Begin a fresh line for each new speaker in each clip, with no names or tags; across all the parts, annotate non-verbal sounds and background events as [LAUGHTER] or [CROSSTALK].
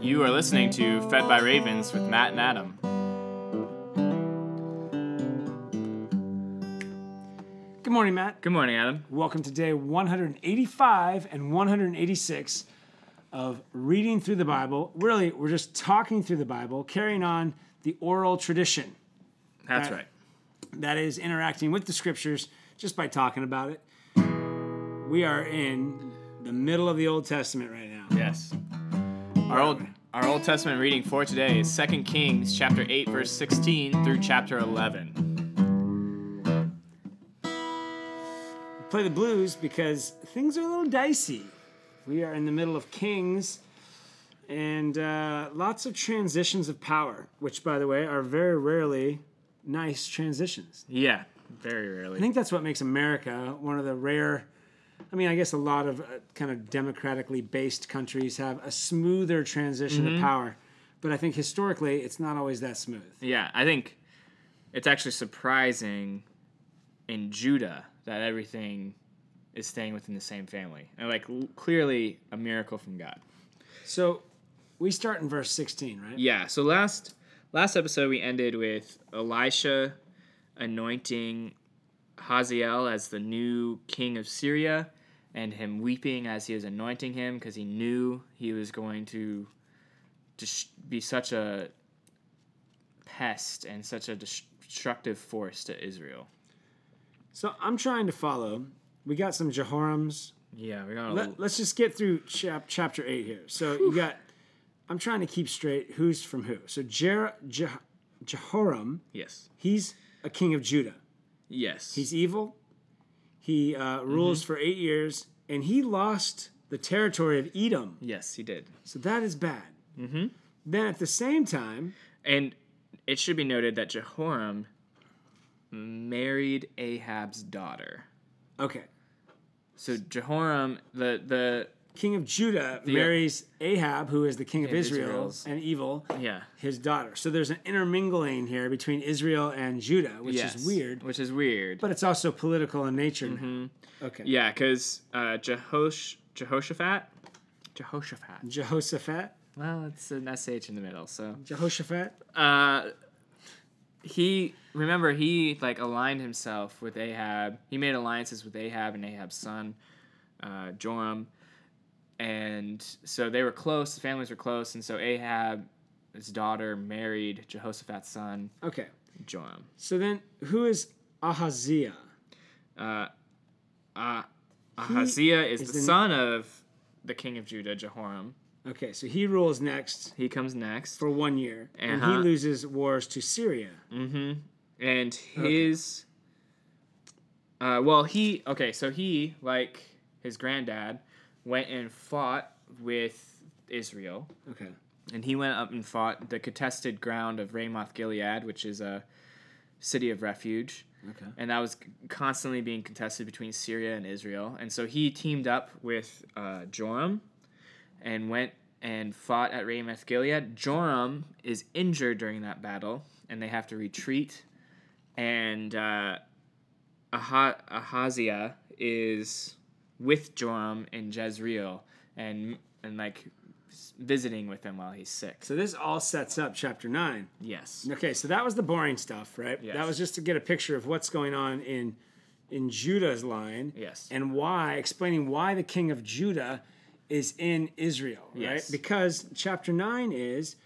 You are listening to Fed by Ravens with Matt and Adam.
Good morning, Matt.
Good morning, Adam.
Welcome to day 185 and 186 of Reading Through the Bible. Really, we're just talking through the Bible, carrying on the oral tradition
That's
Matt.
right.
that is interacting with the scriptures just by talking about it. We are in the middle of the Old Testament right now.
Yes. Our old our Old Testament reading for today is 2 Kings chapter 8 verse 16 through chapter 11.
Play the blues because things are a little dicey. We are in the middle of Kings and uh, lots of transitions of power, which, by the way, are very rarely nice transitions.
Yeah, very
I
rarely.
think that's what makes America one of the rare. I mean, I guess a lot of uh, kind of democratically based countries have a smoother transition to power, but I think historically it's not always that smooth.
Yeah, I think it's actually surprising in Judah that everything is staying within the same family. And like l- clearly a miracle from God.
So we start in verse 16, right?
Yeah. So last last episode we ended with Elisha anointing Hazael as the new king of Syria, and him weeping as he was anointing him because he knew he was going to just be such a pest and such a destructive force to Israel.
So I'm trying to follow. We got some Jehorams.
Yeah, we got.
Let, us just get through chap, chapter 8 here. So you got, I'm trying to keep straight who's from who. So Jer, Jeh- Jehoram,
yes.
he's a king of Judah.
Yes.
He's evil. He uh, rules for eight years, and he lost the territory of Edom.
yes, he did.
So that is bad. Mm-hmm. Then at the same time,
And it should be noted that Jehoram married Ahab's daughter.
okay,
So Jehoram, the the
king of Judah marries Ahab, who is the king of
Of
Israel
Israel's.
and evil,
yeah,
his daughter. So there's an intermingling here between Israel and Judah, which
yes,
is weird,
which is weird.
but it's also political in nature. now.
Mm-hmm.
Okay,
yeah, because uh, Jehosh Jehoshaphat, Jehoshaphat.
Jehoshaphat,
Well, it's an sh in the middle, so
Jehoshaphat.
uh, he remember he like aligned himself with Ahab. He made alliances with Ahab and Ahab's son, uh, Joram, and so they were close. The families were close, and so Ahab. His daughter married Jehoshaphat's son
Okay,
Joram.
so then who is Ahaziah?
Ahaziah Ah, is,
is
the
the-
son of the king of Judah, Jehoram.
Okay, so he rules next.
He comes next,
for one year, and he
Uh-huh.
loses wars to Syria.
Mm-hmm. and his. Uh, well, he okay, so he like his granddad went and fought with Israel,
Okay.
and he went up and fought the contested ground of Ramoth Gilead, which is a city of refuge.
Okay.
and that was constantly being contested between Syria and Israel. And so he teamed up with uh, Joram and went and fought at Ramoth Gilead. Joram is injured during that battle, and they have to retreat. And uh, Aha- Ahaziah is with Joram in Jezreel and and like s- visiting with him while he's sick.
So this all sets up chapter nine.
yes.
Okay, so that was the boring stuff, right?
Yes.
That was just to get a picture of what's going on in in Judah's line.
Yes.
And why explaining why the king of Judah is in Israel, right?
Yes.
Because chapter nine is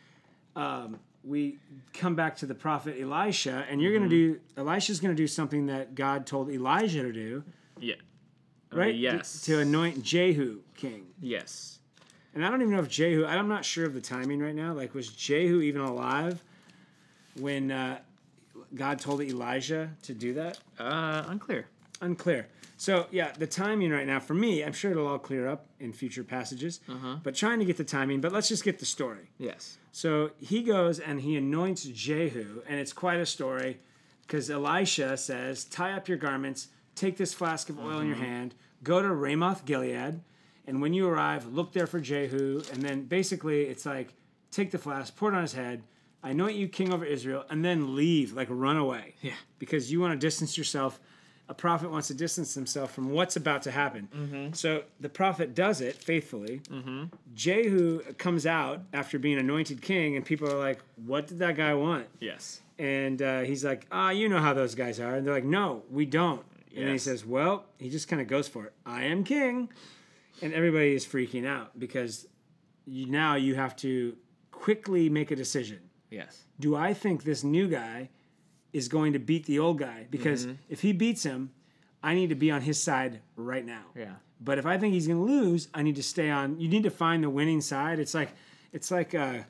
um, we come back to the prophet Elisha, and you're going
Mm-hmm.
to do Elisha's going to do something that God told Elijah to do,
Yeah. Uh,
right?
yes.
to anoint Jehu king.
Yes.
And I don't even know if Jehu. I'm not sure of the timing right now. Like, was Jehu even alive when uh, God told Elijah to do that?
Uh, unclear.
Unclear. So yeah, the timing right now for me, I'm sure it'll all clear up in future passages. But trying to get the timing. But let's just get the story.
Yes.
So he goes and he anoints Jehu, and it's quite a story because Elisha says, Tie up your garments, take this flask of oil in your hand, go to Ramoth Gilead, and when you arrive, look there for Jehu. And then basically, it's like, Take the flask, pour it on his head, I anoint you king over Israel, and then leave, like run away.
Yeah.
Because you want to distance yourself. a prophet wants to distance himself from what's about to happen. So the prophet does it faithfully. Jehu comes out after being anointed king, and people are like, What did that guy want?
Yes.
And uh, he's like, Ah, you know how those guys are. And they're like, No, we don't. And then he
Yes.
says, Well, he just kind of goes for it. I am king. And everybody is freaking out because you, now you have to quickly make a decision
Yes.
do I think this new guy is going to beat the old guy? Because
Mm-hmm.
if he beats him, I need to be on his side right now.
Yeah.
But if I think he's going to lose, I need to stay on. You need to find the winning side. It's like it's like a,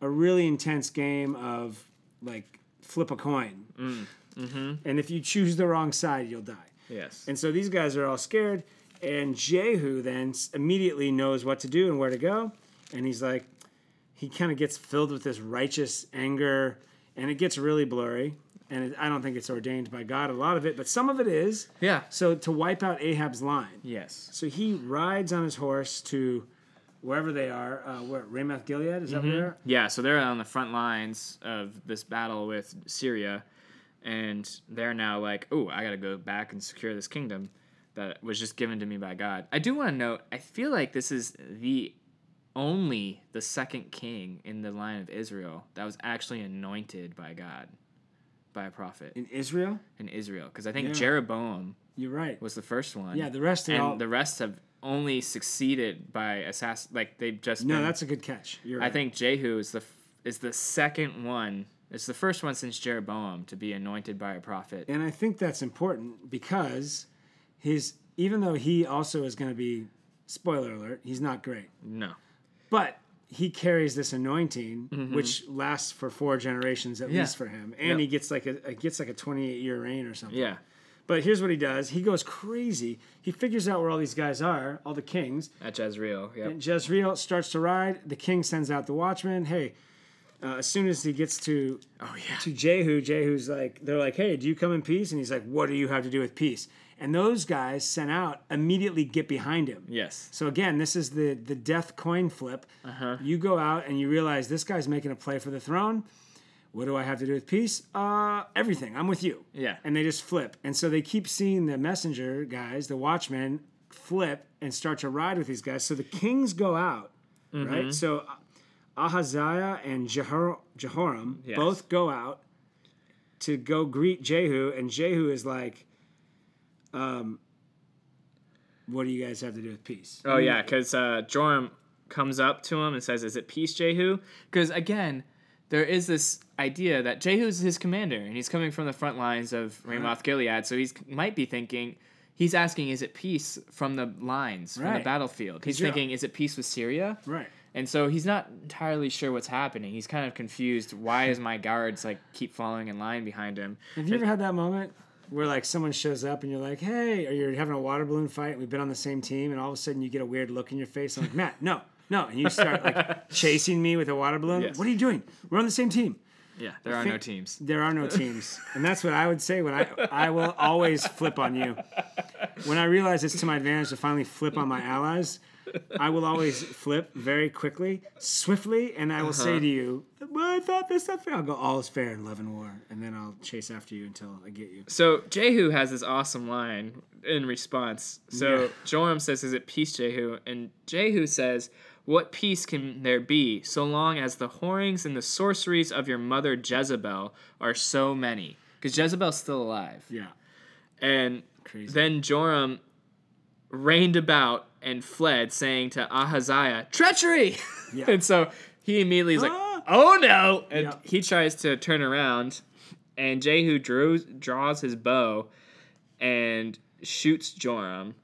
a really intense game of like flip a coin. Mm-hmm. And if you choose the wrong side, you'll die.
Yes.
And so these guys are all scared. And Jehu then s- immediately knows what to do and where to go. And he's like, he kind of gets filled with this righteous anger. And it gets really blurry. And it, I don't think it's ordained by God, a lot of it, but some of it is.
yeah.
So to wipe out Ahab's line.
Yes.
So he rides on his horse to wherever they are. Uh, where Ramath Gilead is
Mm-hmm.
that where?
Yeah. So they're on the front lines of this battle with Syria, and they're now like, "Oh, I gotta go back and secure this kingdom that was just given to me by God." I do want to note. I feel like this is the only the second king in the line of Israel that was actually anointed by God, by a prophet
in Israel.
in Israel, because I think
Yeah.
Jeroboam
You're right.
was the first one.
Yeah, the rest are
and
all.
the rest have only succeeded by assassin. Like they've just
no,
been-
that's a good catch. You're right.
I think Jehu is the f- is the second one. It's the first one since Jeroboam to be anointed by a prophet.
and I think that's important because his even though he also is going to be spoiler alert, he's not great,
No.
but he carries this anointing which lasts for four generations at
Mm-hmm. Yeah.
least for him, and
Yep.
he gets like a, a gets like a twenty eight year reign or something.
Yeah.
But here's what he does: he goes crazy. He figures out where all these guys are, all the kings,
At Jezreel. Yep.
and Jezreel starts to ride. The king sends out the watchman. Hey, uh, as soon as he gets to
Oh yeah.
to Jehu, Jehu's like, they're like, hey, do you come in peace? And he's like, what do you have to do with peace? And those guys sent out immediately get behind him.
Yes.
So again, this is the the death coin flip. You go out and you realize this guy's making a play for the throne. What do I have to do with peace? Uh, everything. I'm with you.
Yeah.
And they just flip. And so they keep seeing the messenger guys, the watchmen, flip and start to ride with these guys. So the kings go out,
Mm-hmm.
right? So Ahaziah and Jehor- Jehoram
Yes.
both go out to go greet Jehu, and Jehu is like, um, "What do you guys have to do with peace?"
Oh yeah, because uh, Joram comes up to him and says, "Is it peace, Jehu?" Because again, there is this idea that Jehu's his commander and he's coming from the front lines of
Uh-huh.
Ramoth Gilead, so he might be thinking. He's asking, is it peace from the lines, from the
Right.
battlefield? He's
you're-
thinking, is it peace with Syria?
Right.
And so he's not entirely sure what's happening. He's kind of confused. Why is my guards like keep following in line behind him?
Have you ever had that moment where like someone shows up and you're like, "Hey," or you're having a water balloon fight, and we've been on the same team, and all of a sudden you get a weird look in your face, and I'm like, "Matt, no, no," and you start like chasing me with a water balloon.
Yes.
What are you doing? We're on the same team.
Yeah, there are
think-
no teams.
There are no teams, and that's what I would say when I I will always flip on you. When I realize it's to my advantage to finally flip on my allies, I will always flip very quickly, swiftly, and I will say to you, "Well, I thought this stuff." I'll go, "All is fair in love and war," and then I'll chase after you until I get you.
So Jehu has this awesome line in response. So Joram says, "Is it peace, Jehu?" And Jehu says, "What peace can there be so long as the whorings and the sorceries of your mother Jezebel are so many?" Because Jezebel's still alive.
Yeah,
And
Crazy.
then Joram reigned about and fled, saying to Ahaziah, Treachery!
Yeah.
[LAUGHS] and so he immediately is like,
Ah!
Oh no! And
Yeah.
he tries to turn around, and Jehu drew, draws his bow and shoots Joram.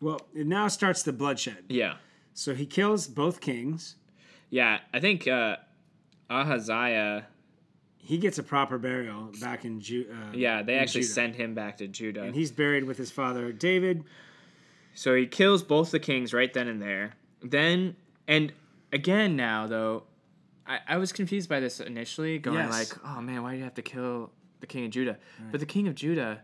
Well, it now starts the bloodshed.
Yeah.
So he kills both kings.
Yeah, I think uh, Ahaziah,
He gets a proper burial back in Ju- uh,
yeah, they
in
actually
Judah.
send him back to Judah.
And he's buried with his father David.
So he kills both the kings right then and there. Then and again now though, I, I was confused by this initially, going
Yes.
like, oh man, why do you have to kill the king of Judah? But the king of Judah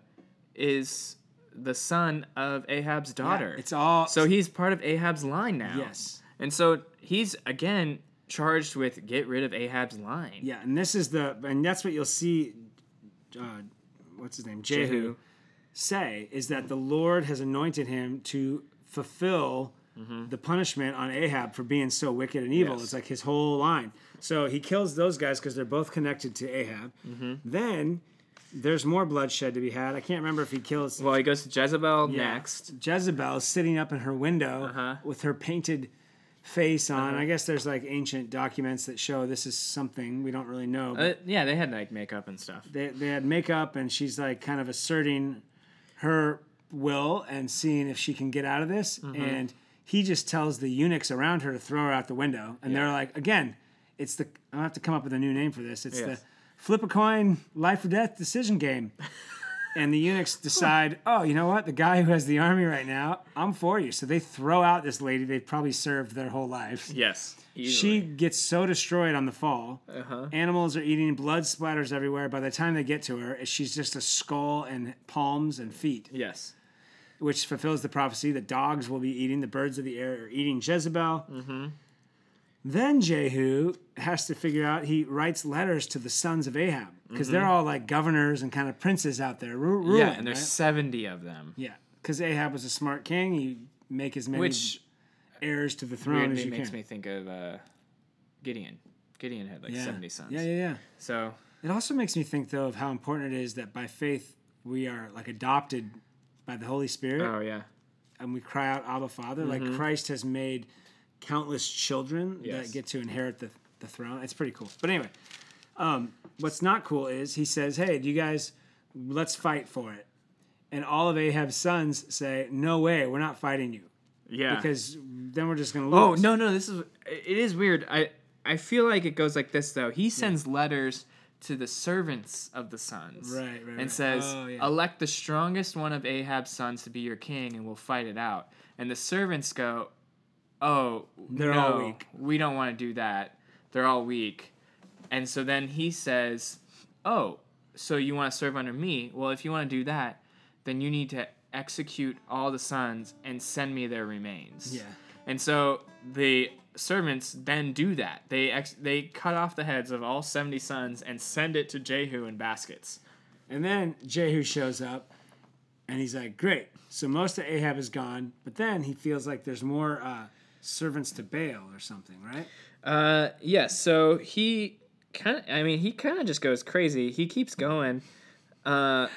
is the son of Ahab's daughter.
It's all
so he's part of Ahab's line now.
yes.
And so he's again charged with get rid of Ahab's line.
Yeah, and this is the and that's what you'll see. Uh, what's his name? Jehu.
Jehu.
say is that the Lord has anointed him to fulfill the punishment on Ahab for being so wicked and evil.
Mm-hmm. Yes.
It's like his whole line. So he kills those guys because they're both connected to Ahab.
Mm-hmm.
Then there's more bloodshed to be had. I can't remember if he kills
Well, he goes to Jezebel
yeah.
next.
Jezebel sitting up in her window
Uh-huh.
with her painted face on. I guess there's like ancient documents that show this is something we don't really know. But
Uh, yeah, they had like makeup and stuff.
they, they had makeup, and she's like kind of asserting her will and seeing if she can get out of this. And he just tells the eunuchs around her to throw her out the window. And they're like, again, it's the I'll have to come up with a new name for this. It's
Yes.
the flip a coin, life or death decision game. and the eunuchs decide, oh, you know what? The guy who has the army right now, I'm for you. So they throw out this lady they've probably served their whole lives.
Yes.
She gets so destroyed on the fall.
Uh-huh.
Animals are eating, blood splatters everywhere. By the time they get to her, she's just a skull and palms and feet,
Yes.
which fulfills the prophecy that dogs will be eating, the birds of the air are eating Jezebel.
Mm-hmm.
Then Jehu has to figure out, he writes letters to the sons of Ahab because they're all like governors and kind of princes out there. Ru- ruling,
Mm-hmm. Yeah, and there's
right?
70 of them.
Yeah, because Ahab was a smart king. He make as many
Which
heirs to the throne as
weirdly
you
makes
can.
me think of uh, Gideon. Gideon had like
yeah.
70 sons.
Yeah, yeah, yeah.
So,
It also makes me think, though, of how important it is that by faith we are like adopted by the Holy Spirit
oh yeah.
and we cry out, Abba, Father. Like Christ has made countless children
Mm-hmm. Yes.
that get to inherit the, the throne. It's pretty cool. But anyway, um, what's not cool is he says, Hey, do you guys, let's fight for it. And all of Ahab's sons say, No way, we're not fighting you
Yeah.
because then we're just going to
Oh
lose.
no no this is it is weird. I I feel like it goes like this though. He sends letters to the servants of the sons.
Right, right,
And
right.
says,
Oh, yeah.
"Elect the strongest one of Ahab's sons to be your king and we'll fight it out." And the servants go, "Oh,
They're
no,
all weak."
We don't want to do that. They're all weak." And so then he says, "Oh, so you want to serve under me? Well, if you want to do that, then you need to execute all the sons and send me their remains."
Yeah.
And so the servants then do that. They ex- they cut off the heads of all 70 sons and send it to Jehu in baskets.
And then Jehu shows up and he's like, Great. So most of Ahab is gone, but then he feels like there's more uh, servants to Baal or something, right?
Uh yeah, so he kind of I mean he kind of just goes crazy. He keeps going. Uh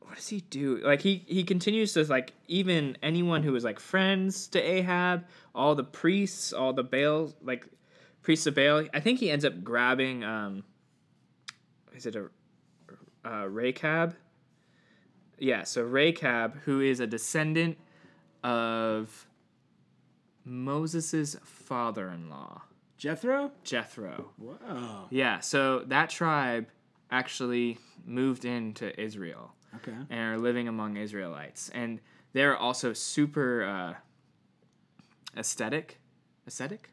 what does he do? Like he he continues to like even anyone who was like friends to Ahab, all the priests, all the Baal like priests of Baal. I think he ends up grabbing um is it a uh, Rahab? Yeah, so Rahab, who is a descendant of Moses' father-in-law,
Jethro?
Jethro.
Whoa.
Yeah, so that tribe actually moved into Israel
Okay.
and are living among Israelites, and they're also super uh, aesthetic, aesthetic,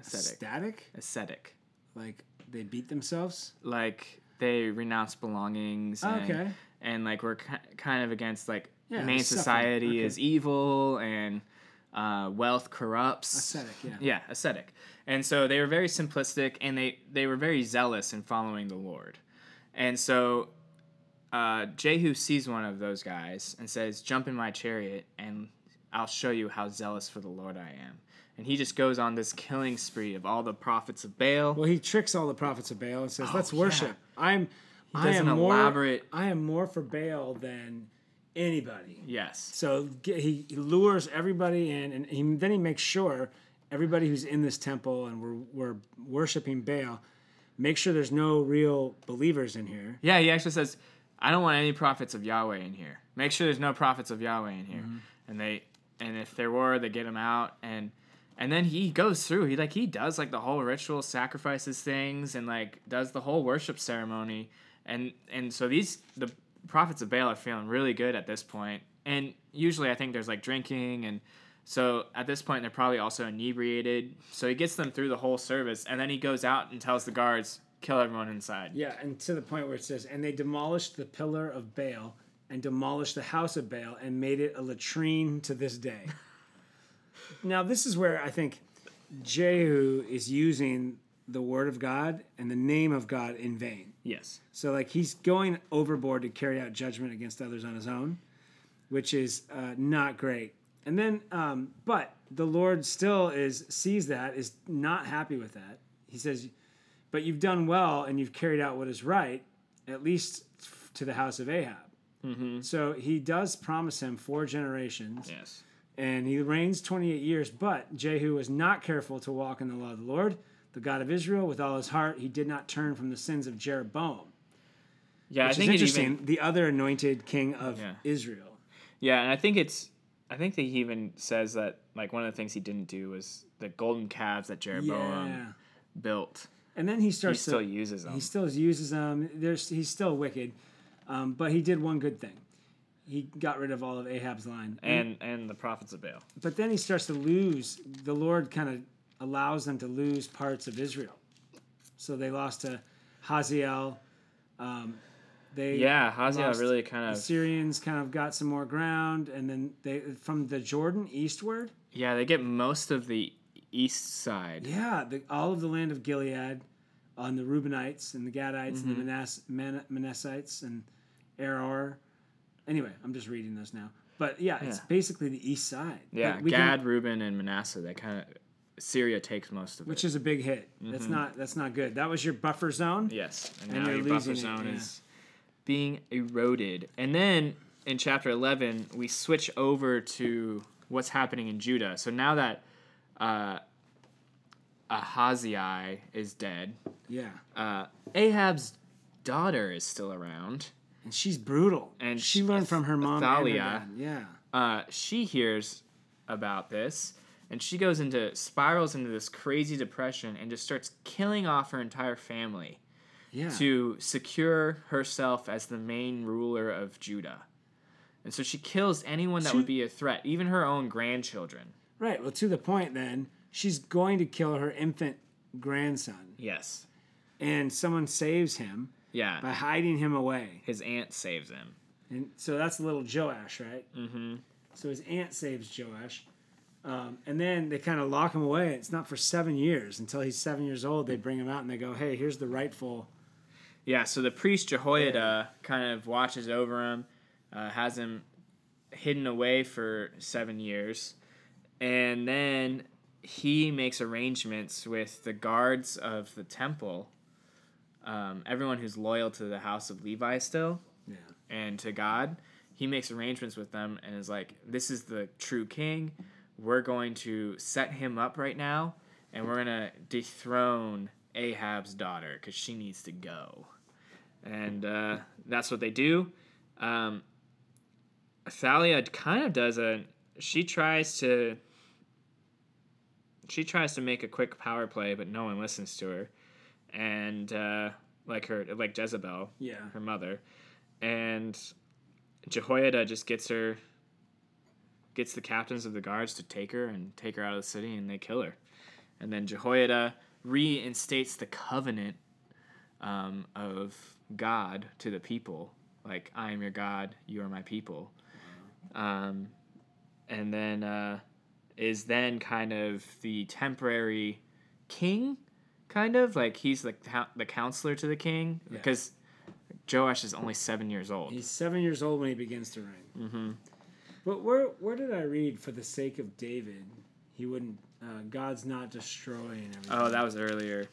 aesthetic,
Static?
aesthetic.
Like they beat themselves?
Like they renounce belongings. And,
Okay.
And like we're ki- kind of against like
Yeah,
main
suffering.
society
Okay.
is evil and uh, wealth corrupts.
Ascetic, yeah.
Yeah, ascetic. And so they were very simplistic and they, they were very zealous in following the Lord. And so uh, Jehu sees one of those guys and says, Jump in my chariot and I'll show you how zealous for the Lord I am. And he just goes on this killing spree of all the prophets of Baal.
Well, he tricks all the prophets of Baal and says, Let's
Oh, yeah.
worship. I'm. I
does
am
an
more,
elaborate-
I am more for Baal than anybody.
yes.
So g- he, he lures everybody in, and he, then he makes sure everybody who's in this temple and we're, we're worshiping Baal, make sure there's no real believers in here.
Yeah, he actually says, "I don't want any prophets of Yahweh in here. Make sure there's no prophets of Yahweh in here." And they, and if there were, they get him out. And and then he goes through. He like he does like the whole ritual, sacrifices things, and like does the whole worship ceremony. And and so these the prophets of Baal are feeling really good at this point. And usually, I think there's like drinking and. So at this point, they're probably also inebriated. So he gets them through the whole service, and then he goes out and tells the guards, "Kill everyone inside."
Yeah, and to the point where it says, and they demolished the pillar of Baal and demolished the house of Baal and made it a latrine to this day. now, this is where I think Jehu is using the word of God and the name of God in vain.
Yes.
So like he's going overboard to carry out judgment against others on his own. which is uh, not great. And then, um, but the Lord still is sees that is not happy with that. He says, "But you've done well, and you've carried out what is right, at least f- to the house of Ahab." So he does promise him four generations
Yes.
and he reigns 28 years. But Jehu was not careful to walk in the law of the Lord, the God of Israel, with all his heart. He did not turn from the sins of Jeroboam,
Yeah,
which
I think
is
it
interesting.
even,
the other anointed king of
Yeah.
Israel.
yeah, and I think it's I think that he even says that like one of the things he didn't do was the golden calves that Jeroboam
Yeah.
built.
And then he
He
starts
still
to
uses them.
he still uses them. There's he's still wicked, um, but he did one good thing. He got rid of all of Ahab's line,
and and the prophets of Baal.
but then he starts to lose. The Lord kind of allows them to lose parts of Israel, so they lost to Haziel. Um, they
Yeah, Haziel
lost
really kind of
the Syrians kind of got some more ground, and then they from the Jordan eastward.
yeah they get most of the east side.
Yeah, the, all of the land of Gilead, on the Reubenites and the Gadites and
Mm-hmm.
the Manas, Man, Manassites and Aror. Anyway, I'm just reading those now. But yeah, it's
Yeah.
basically the east side.
Yeah,
Like, we can-
Gad, Reuben, and Manasseh. They kind of Syria takes most of
which
it.
is a big hit. That's
Mm-hmm.
not that's not good. That was your buffer zone.
yes, and,
and
now
you're
your buffer
losing it,
zone
yeah.
is being eroded. And then in chapter eleven, we switch over to what's happening in Judah. So now that uh, Ahaziah is dead,
Yeah,
uh, Ahab's daughter is still around.
and she's brutal.
And
she learned from her mom. and her
Athaliah.
dad. Yeah.
uh, she hears about this and she goes into spirals into this crazy depression and just starts killing off her entire family
Yeah.
to secure herself as the main ruler of Judah. And so she kills anyone that
She-
would be a threat, even her own grandchildren.
Right. Well, to the point then, she's going to kill her infant grandson,
Yes.
and someone saves him by
Yeah.
hiding him away.
His aunt saves him.
And so that's little Joash, right? Mm-hmm. So his aunt saves Joash. Um, and then they kind of lock him away. It's not for seven years until he's seven years old. They bring him out and they go, "Hey, here's the rightful."
Yeah, so the priest Jehoiada kind of watches over him, uh, has him hidden away for seven years, and then he makes arrangements with the guards of the temple, um, everyone who's loyal to the house of Levi still
Yeah.
and to God. He makes arrangements with them and is like, This is the true king. We're going to set him up right now, and we're going to dethrone Ahab's daughter because she needs to go. And uh, that's what they do. Um, Thalia kind of does a. She tries to. She tries to make a quick power play, but no one listens to her, and uh, like her, like Jezebel,
Yeah.
her mother, and Jehoiada just gets her, gets the captains of the guards to take her and take her out of the city, and they kill her. And then Jehoiada reinstates the covenant um, of God to the people, like I am your God, you are my people. Um, and then uh, is then kind of the temporary king, kind of like he's the cou- the counselor to the king because Joash is only seven years old.
He's seven years old when he begins to reign. Mm-hmm. But where where did I read for the sake of David, he wouldn't uh, God's not destroying everything.
Oh, that was earlier.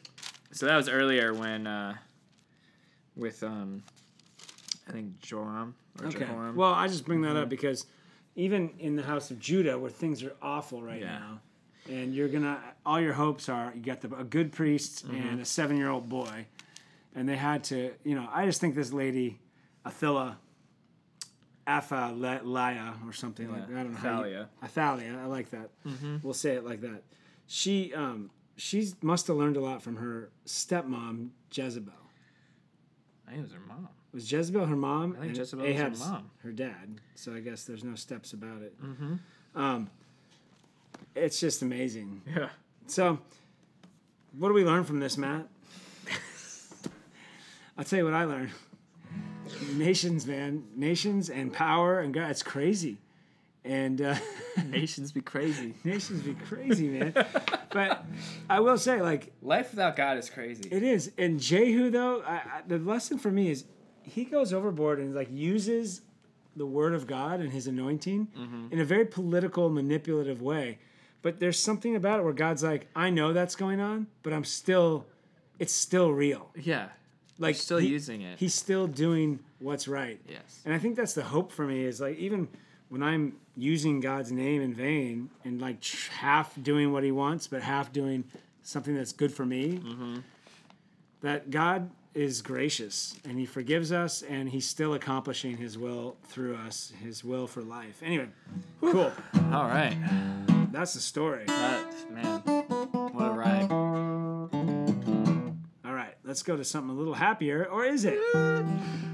So that was earlier when uh, with um, I think Joram or
okay.
Jehoram. Mm-hmm.
Well, I just bring that up because even in the house of Judah, where things are awful right
Yeah.
now, and you're gonna all your hopes are you got the, a good priest
Mm-hmm.
and a seven year old boy, and they had to you know I just think this lady, Athila. Athaliah or something like that. I don't know. how you-
Athaliah. Mm-hmm.
Athalia, I like that. We'll say it like that. She um, she must have learned a lot from her stepmom Jezebel.
I think it was her mom.
Was Jezebel her mom?
I think
and
Jezebel was her
Ahab's
mom.
her dad. So I guess there's no steps about it. Mm-hmm. Um, it's just amazing.
Yeah.
So, what do we learn from this, Matt? [LAUGHS] I'll tell you what I learned. Nations, man, nations and power and God. It's crazy, and. Uh,
[LAUGHS]
[LAUGHS]
Nations be crazy.
Nations be crazy, man. but I will say, like,
Life without God is crazy.
it is. And Jehu, though, I, I, the lesson for me is he goes overboard and like uses the word of God and his anointing
Mm-hmm.
in a very political, manipulative way. But there's something about it where God's like, I know that's going on, but I'm still, it's still real.
Yeah.
Like
Still
he-
using it.
He's still doing what's right.
yes.
And I think that's the hope for me is like even when I'm using God's name in vain and like tr- half doing what He wants, but half doing something that's good for me, that God is gracious and He forgives us and He's still accomplishing His will through us, His will for life. Anyway, cool.
All right.
That's the story.
That, man. What a ride.
All right, let's go to something a little happier, or is it?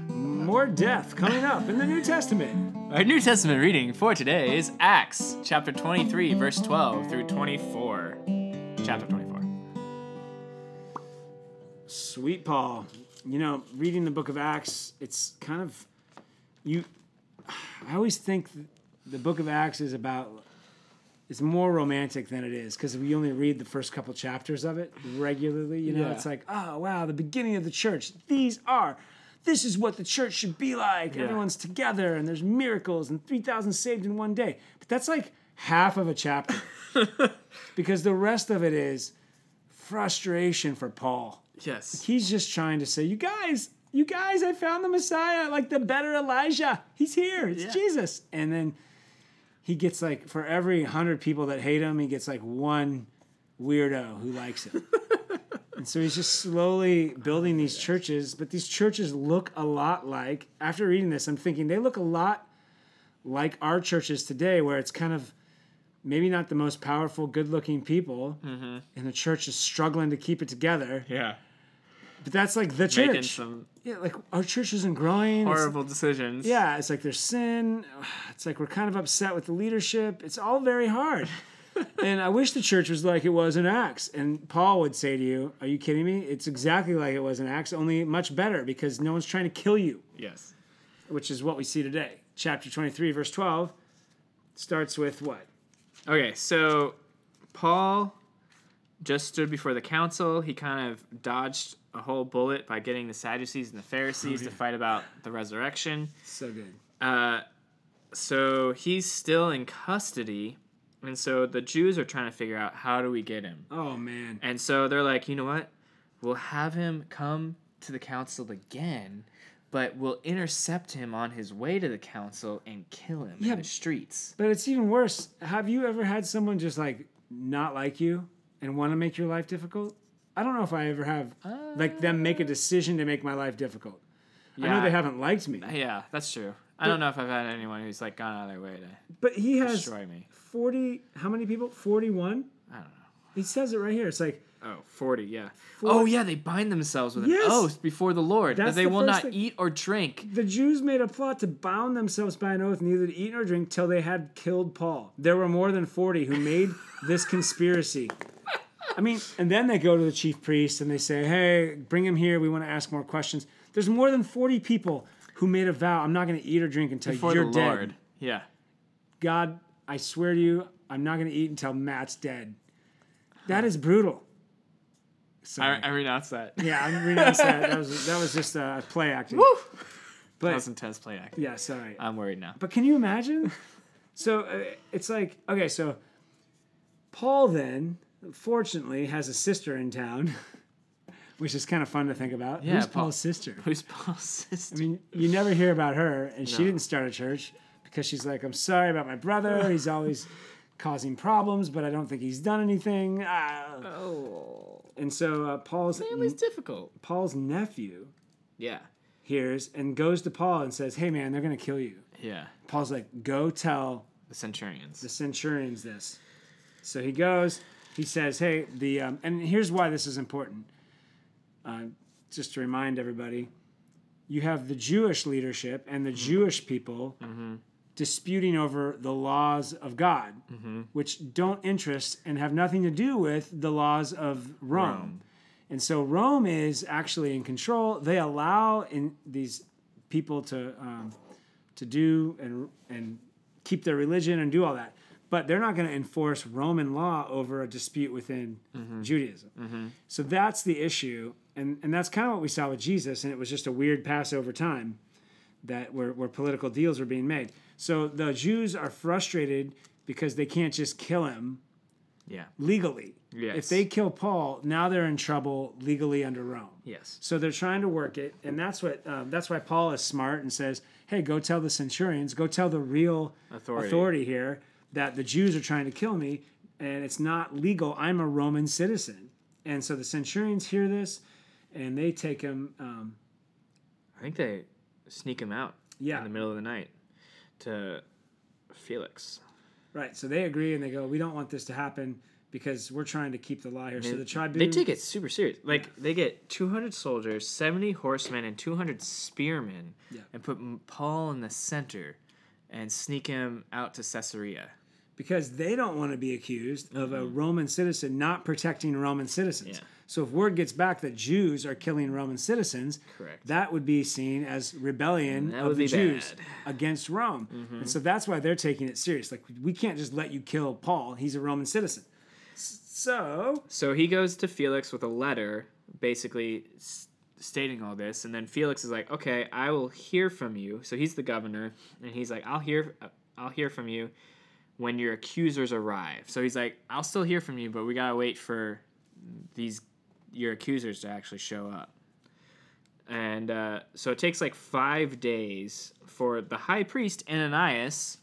More death coming up in the New Testament.
Our New Testament reading for today is Acts chapter 23, verse 12 through 24. Chapter 24.
Sweet Paul. You know, reading the book of Acts, it's kind of you I always think th- the book of Acts is about it's more romantic than it is because we only read the first couple chapters of it regularly. You know,
Yeah.
it's like, oh wow, the beginning of the church. These are this is what the church should be like. Everyone's together and there's miracles and 3,000 saved in one day. But that's like half of a chapter because the rest of it is frustration for Paul
Yes.
he's just trying to say, you guys, you guys, I found the Messiah, like the better Elijah. He's here. It's
Yeah.
Jesus. And then he gets like for every hundred people that hate him, he gets like one weirdo who likes him. and so he's just slowly building these churches, but these churches look a lot like. After reading this, I'm thinking they look a lot like our churches today, where it's kind of maybe not the most powerful, good-looking people, and the church is struggling to keep it together.
Yeah.
But that's like the
Making
church.
some
Yeah, like our church isn't growing. It's-
horrible decisions.
yeah, it's like there's sin. [SIGHS] It's like we're kind of upset with the leadership. It's all very hard. and I wish the church was like it was in Acts. And Paul would say to you, Are you kidding me? It's exactly like it was in Acts, only much better because no one's trying to kill you,
Yes.
which is what we see today. Chapter 23, verse 12 starts with what?
Okay, so Paul just stood before the council. He kind of dodged a whole bullet by getting the Sadducees and the Pharisees to fight about the resurrection.
So good.
Uh, so he's still in custody. And so the Jews are trying to figure out how do we get him?
Oh, man.
And so they're like, you know what? We'll have him come to the council again, but we'll intercept him on his way to the council and kill him
Yeah.
in the streets.
But it's even worse. Have you ever had someone just like not like you and want to make your life difficult? I don't know if I ever have like them make a
Uh.
decision to make my life difficult. I know they haven't liked me,
Yeah, that's true. I don't know if I've had anyone who's like gone out of their way to
but he has
destroy me.
40 how many people? 41?
I don't know.
He says it right here. It's like
Oh, 40, yeah.
Four-
Oh, yeah, they bind themselves with an
Yes!
oath before the Lord
That's
that they
the
will
first
not
thing.
eat or drink.
the Jews made a plot to bound themselves by an oath neither to eat nor drink till they had killed Paul. There were more than 40 who made this conspiracy. I mean, and then they go to the chief priest and they say, hey, bring him here. We want to ask more questions. There's more than 40 people who made a vow I'm not going to eat or drink until
Before
you're
the
dead.
Lord. Yeah.
God, I swear to you, I'm not going to eat until Matt's dead. That is brutal.
I,
Sorry.
I renounce that.
yeah, I renounced that. That was, that was just uh, play acting.
That
But
was intense play acting.
yeah, sorry.
I'm worried now. [LAUGHS]
But can you imagine? so uh, it's like okay, so Paul then fortunately has a sister in town, [LAUGHS] which is kind of fun to think about.
Yeah,
Who's
Paul-
Paul's sister?
Who's Paul's sister? [LAUGHS]
I mean, you never hear about her, and she
No.
didn't start a church because she's like, I'm sorry about my brother. He's always causing problems, but I don't think he's done anything. Ah.
oh.
And so uh, Paul's
It was difficult.
Paul's nephew
Yeah.
hears and goes to Paul and says, Hey man, they're gonna kill you.
Yeah.
Paul's like, Go tell
The centurions.
the centurion's this. So he goes, he says, hey, the, um, and here's why this is important. Uh, just to remind everybody, you have the Jewish leadership and the Jewish people disputing over the laws of God, which don't interest and have nothing to do with the laws of Rome. And so Rome is actually in control. They allow in these people to um, to do and and keep their religion and do all that. But they're not going to enforce Roman law over a dispute within Judaism. So that's the issue. And, and that's kind of what we saw with Jesus. And it was just a weird Passover time. that where, where political deals were being made. So the Jews are frustrated because they can't just kill him
Yeah.
legally. If
Yes.
they kill Paul, now they're in trouble legally under Rome.
Yes.
So they're trying to work it, and that's what um, that's why Paul is smart and says, "Hey, go tell the centurions, go tell the real
Authority.
authority here that the Jews are trying to kill me, and it's not legal. I'm a Roman citizen." And so the centurions hear this, and they take him. Um,
I think they sneak him out
Yeah.
in the middle of the night to Felix.
right, so they agree, and they go, "We don't want this to happen because we're trying to keep the law here." so the tribune
They take it super serious. Like they get 200 soldiers, 70 horsemen, and 200 spearmen,
Yeah.
and put M- Paul in the center, and sneak him out to Caesarea.
because they don't want to be accused of a Roman citizen not protecting Roman citizens.
Mm-hmm. Yeah.
So if word gets back that Jews are killing Roman citizens,
Correct.
that would be seen as rebellion
That
of
would
the
be
Jews
bad. Mm-hmm.
against Rome. And so that's why they're taking it serious. Like we can't just let you kill Paul; he's a Roman citizen. S- So
So he goes to Felix with a letter, basically s- stating all this, and then Felix is like, "Okay, I will hear from you." So he's the governor, and he's like, "I'll hear, uh, I'll hear from you when your accusers arrive." So he's like, "I'll still hear from you, but we gotta wait for these your accusers to actually show up." And uh, so it takes like five days for the high priest Ananias.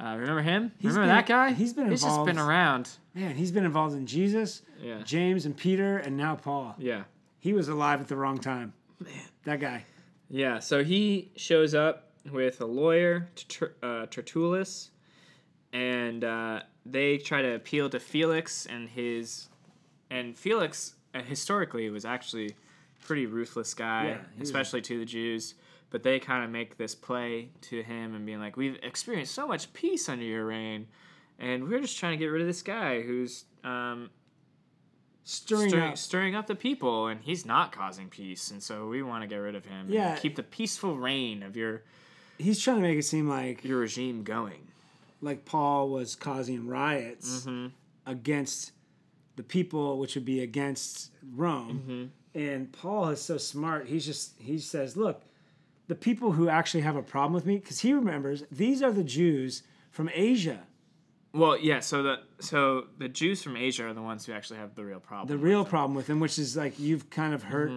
Uh, remember him? remember
been-
that guy?
he's been
He's just been
involved-
around.
man, he's been involved in Jesus,
Yeah.
James, and Peter, and now Paul.
Yeah.
He was alive at the wrong time. Man, that guy.
Yeah, so he shows up with a lawyer, Ter- uh, Tertullus, and uh, they try to appeal to Felix and his. And Felix, uh, historically, was actually a pretty ruthless guy,
Yeah, he was-
especially to the Jews. But they kind of make this play to him and being like, "We've experienced so much peace under your reign, and we're just trying to get rid of this guy who's um,
Stirring,
stirring,
up.
stirring up the people, and he's not causing peace, and so we want to get rid of him. and
Yeah.
keep the peaceful reign of your
He's trying to make it seem like
your regime going.
like Paul was causing riots
Mm-hmm.
against the people, which would be against Rome.
Mm-hmm.
And Paul is so smart. He's just he says, look, the people who actually have a problem with me, because he remembers these are the Jews from Asia.
Well, yeah. So the so the Jews from Asia are the ones who actually have the real problem.
The real problem with them, which is like you've kind of hurt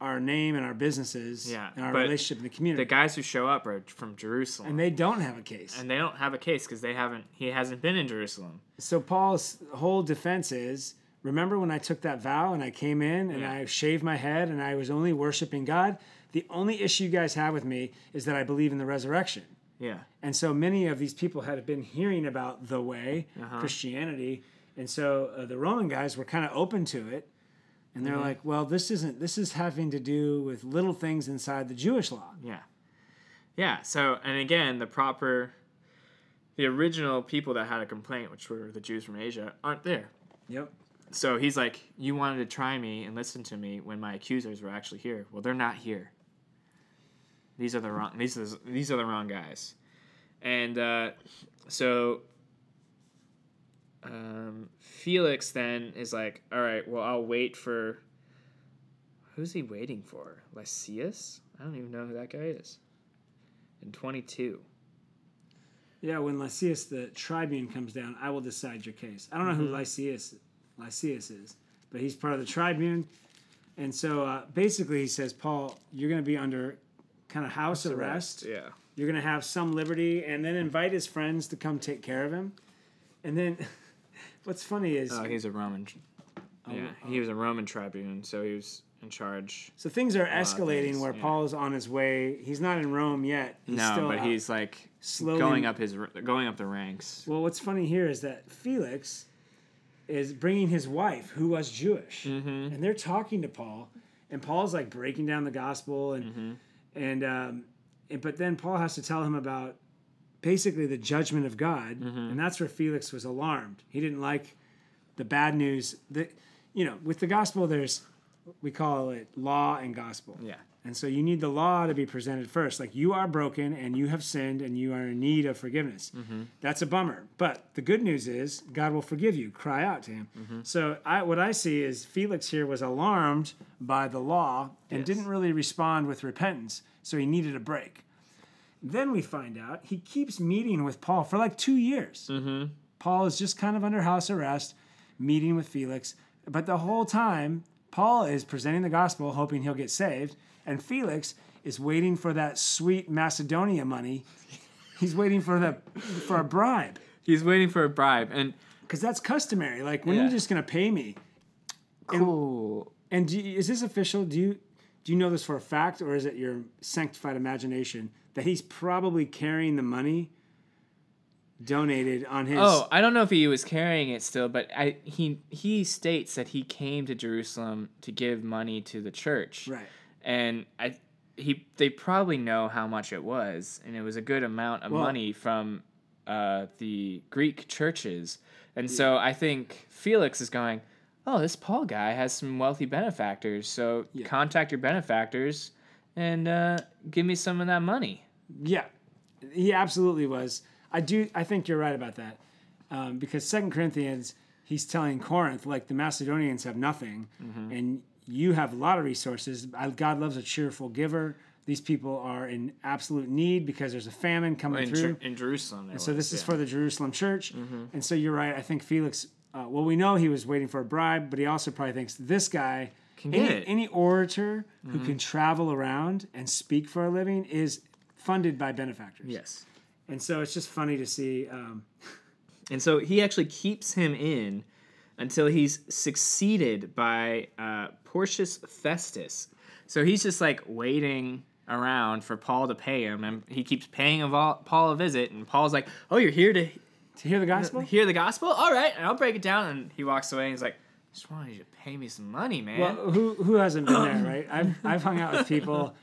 our name and our businesses
Mm-hmm. Yeah,
and our
but
relationship in the community.
the guys who show up are from Jerusalem,
and
and
they don't have a case.
they, don't have a case because they haven't. He hasn't been in Jerusalem.
So Paul's whole defense is remember when I took that vow and I came in and
Yeah.
I shaved my head and I was only worshiping God? The only issue you guys have with me is that I believe in the resurrection.
Yeah.
And so many of these people had been hearing about the way, Christianity. And so uh, the Roman guys were kind of open to it. And they're like, well, this isn't, this is having to do with little things inside the Jewish law.
Yeah. Yeah. So, and again, the proper, the original people that had a complaint, which were the Jews from Asia, aren't there.
Yep.
So he's like, You wanted to try me and listen to me when my accusers were actually here. Well, they're not here. These are the wrong these are the, these are the wrong guys. And uh, so um, Felix then is like, All right, well I'll wait for who's he waiting for? Lysias? I don't even know who that guy is. In twenty two.
Yeah, when Lysias the tribune comes down, I will decide your case. I don't know
Mm-hmm.
who Lysias Lysias is, but he's part of the tribune. And so uh, basically, he says, Paul, you're going to be under kind of house arrest.
Yeah.
You're going to have some liberty, and then invite his friends to come take care of him. And then, [LAUGHS] what's funny is
Oh, he's a Roman
Oh,
Yeah, he was a Roman tribune, so he was in charge
so things are
of
escalating
things,
where
yeah.
Paul's on his way. He's not in Rome yet. He's
no,
still
but
out.
he's like
slowly-
going up his r- going up the ranks.
Well, what's funny here is that Felix is bringing his wife, who was Jewish,
Mm-hmm.
and they're talking to Paul, and Paul's like breaking down the gospel, and and, um, and but then Paul has to tell him about basically the judgment of God, and that's where Felix was alarmed. He didn't like the bad news. That you know, with the gospel, there's we call it law and gospel.
Yeah,
And so you need the law to be presented first. Like you are broken and you have sinned and you are in need of forgiveness. That's a bummer. But the good news is God will forgive you. Cry out to him. So I, what I see is Felix here was alarmed by the law and
Yes.
didn't really respond with repentance. So he needed a break. Then we find out he keeps meeting with Paul for like two years. Paul is just kind of under house arrest, meeting with Felix. But the whole time, Paul is presenting the gospel, hoping he'll get saved. And Felix is waiting for that sweet Macedonia money. He's waiting for the for a bribe
He's waiting for a bribe. And
because that's customary. Like, when are
Yeah.
you just gonna pay me?
cool.
And do you, is this official? Do you do you know this for a fact, or is it your sanctified imagination that he's probably carrying the money donated on his?
Oh, I don't know if he was carrying it still, but I he he states that he came to Jerusalem to give money to the church.
right.
And I he they probably know how much it was, and it was a good amount of money from uh, the Greek churches. And so I think Felix is going, "Oh, this Paul guy has some wealthy benefactors, so contact your benefactors and uh, give me some of that money."
Yeah, he absolutely was. I do. I think you're right about that, um, because Second Corinthians, he's telling Corinth like the Macedonians have nothing, and you have a lot of resources. I- God loves a cheerful giver. These people are in absolute need because there's a famine coming
In,
through.
Jer- in Jerusalem.
So this is for the Jerusalem church.
Mm-hmm.
And so you're right. I think Felix, uh, well, we know he was waiting for a bribe, but he also probably thinks this guy,
get
any,
it. Mm-hmm.
any orator who can travel around and speak for a living is funded by benefactors.
yes.
And so it's just funny to see. Um,
And so he actually keeps him in until he's succeeded by uh, Porcius Festus. So he's just like waiting around for Paul to pay him, and he keeps paying a vol- Paul a visit. And Paul's like, "Oh, you're here to
to hear the gospel?
hear the gospel? All right, and I'll break it down." And he walks away, and he's like, "I just wanted you to pay me some money, man."
Well, who who hasn't
[COUGHS]
been there, right? I've I've hung out with people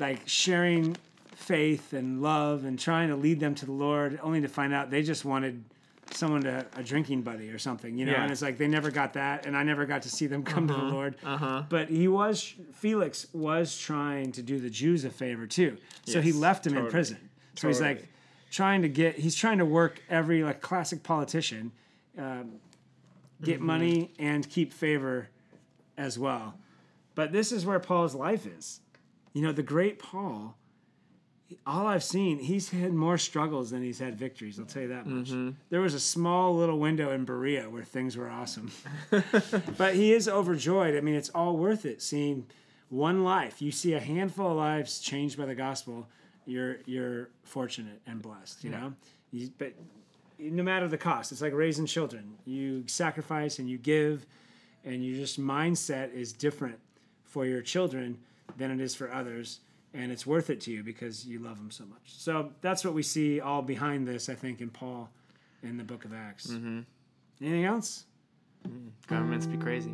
like sharing faith and love and trying to lead them to the Lord, only to find out they just wanted someone to a drinking buddy or something, you know.
Yeah. Uh-huh.
And it's like they never got that, and I never got to see them come to the Lord. But he was Felix was trying to do the Jews a favor too, so he
Yes,
left him in
totally.
prison. So he's like
Totally.
trying to get he's trying to work every like classic politician. Um, get money and keep favor as well. But this is where Paul's life is. You know, the great Paul, all I've seen, he's had more struggles than he's had victories, I'll tell you that much. There was a small little window in Berea where things were awesome. but he is overjoyed. I mean, it's all worth it seeing one life. You see a handful of lives changed by the gospel, you're you're fortunate and blessed, you know? You, but no matter the cost, it's like raising children. You sacrifice and you give and your just mindset is different for your children than it is for others and it's worth it to you because you love them so much so that's what we see all behind this i think in paul in the book of acts anything else
Governments be crazy.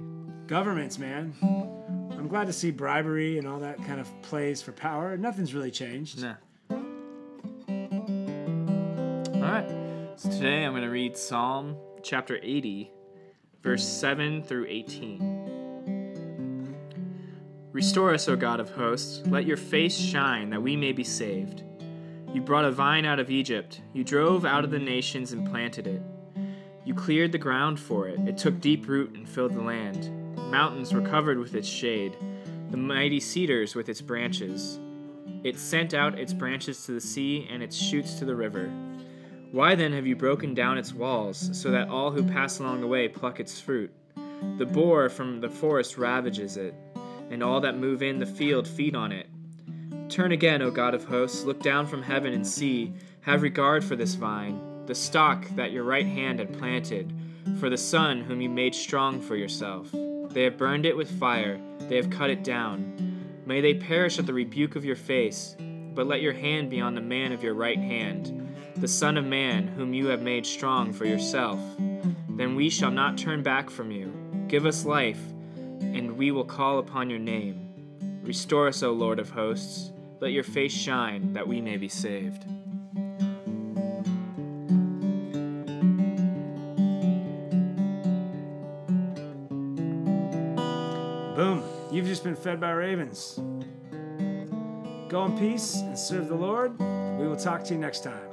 governments man i'm glad to see bribery and all that kind of plays for power nothing's really changed
Nah. All right. So today I'm going to read Psalm chapter 80, verse 7 through 18. Restore us, O God of hosts. Let your face shine that we may be saved. You brought a vine out of Egypt. You drove out of the nations and planted it. You cleared the ground for it. It took deep root and filled the land. Mountains were covered with its shade, the mighty cedars with its branches. It sent out its branches to the sea and its shoots to the river. Why then have you broken down its walls, so that all who pass along the way pluck its fruit? The boar from the forest ravages it, and all that move in the field feed on it. Turn again, O God of hosts, look down from heaven and see, have regard for this vine, the stock that your right hand had planted, for the son whom you made strong for yourself. They have burned it with fire, they have cut it down. May they perish at the rebuke of your face, but let your hand be on the man of your right hand, the Son of Man, whom you have made strong for yourself. Then we shall not turn back from you. Give us life, and we will call upon your name. Restore us, O Lord of hosts. Let your face shine, that we may be saved.
boom you've just been fed by ravens go in peace and serve the lord we will talk to you next time